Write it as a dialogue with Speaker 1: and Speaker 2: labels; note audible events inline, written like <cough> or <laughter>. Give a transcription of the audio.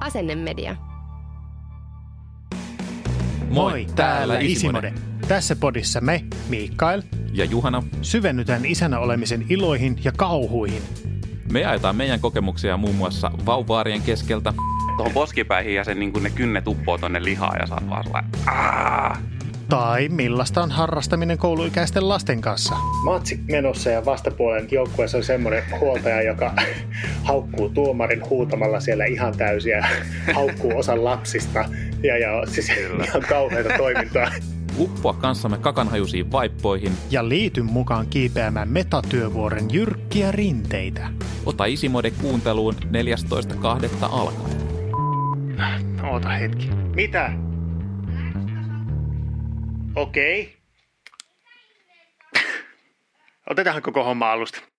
Speaker 1: Asennemedia.
Speaker 2: Moi, täällä Isimode.
Speaker 3: Tässä podissa me, Mikael,
Speaker 2: Ja Juhana,
Speaker 3: syvennytään isänä olemisen iloihin ja kauhuihin.
Speaker 2: me jaetaan meidän kokemuksia muun muassa vauvaarien keskeltä,
Speaker 4: tuohon poskipäihin ja sen, niin kuin ne kynnet uppoo tonne lihaan ja saat vaan sellainen, "Aah!"
Speaker 3: Tai millaista on harrastaminen kouluikäisten lasten kanssa.
Speaker 5: matsi menossa ja vastapuolen joukkueessa on semmoinen huoltaja, joka <laughs> haukkuu tuomarin huutamalla siellä ihan täysiä, haukkuu osan lapsista ja, ja siis
Speaker 4: Kyllä.
Speaker 5: ihan kauheita toimintaa.
Speaker 2: uppoa kanssamme kakanhajuisiin vaippoihin,
Speaker 3: Ja liity mukaan kiipeämään metatyövuoren jyrkkiä rinteitä.
Speaker 2: ota Isimode kuunteluun 14.2. alkaen.
Speaker 3: Oota hetki.
Speaker 5: Mitä?
Speaker 3: Okei.
Speaker 5: Otetaan koko homma alusta.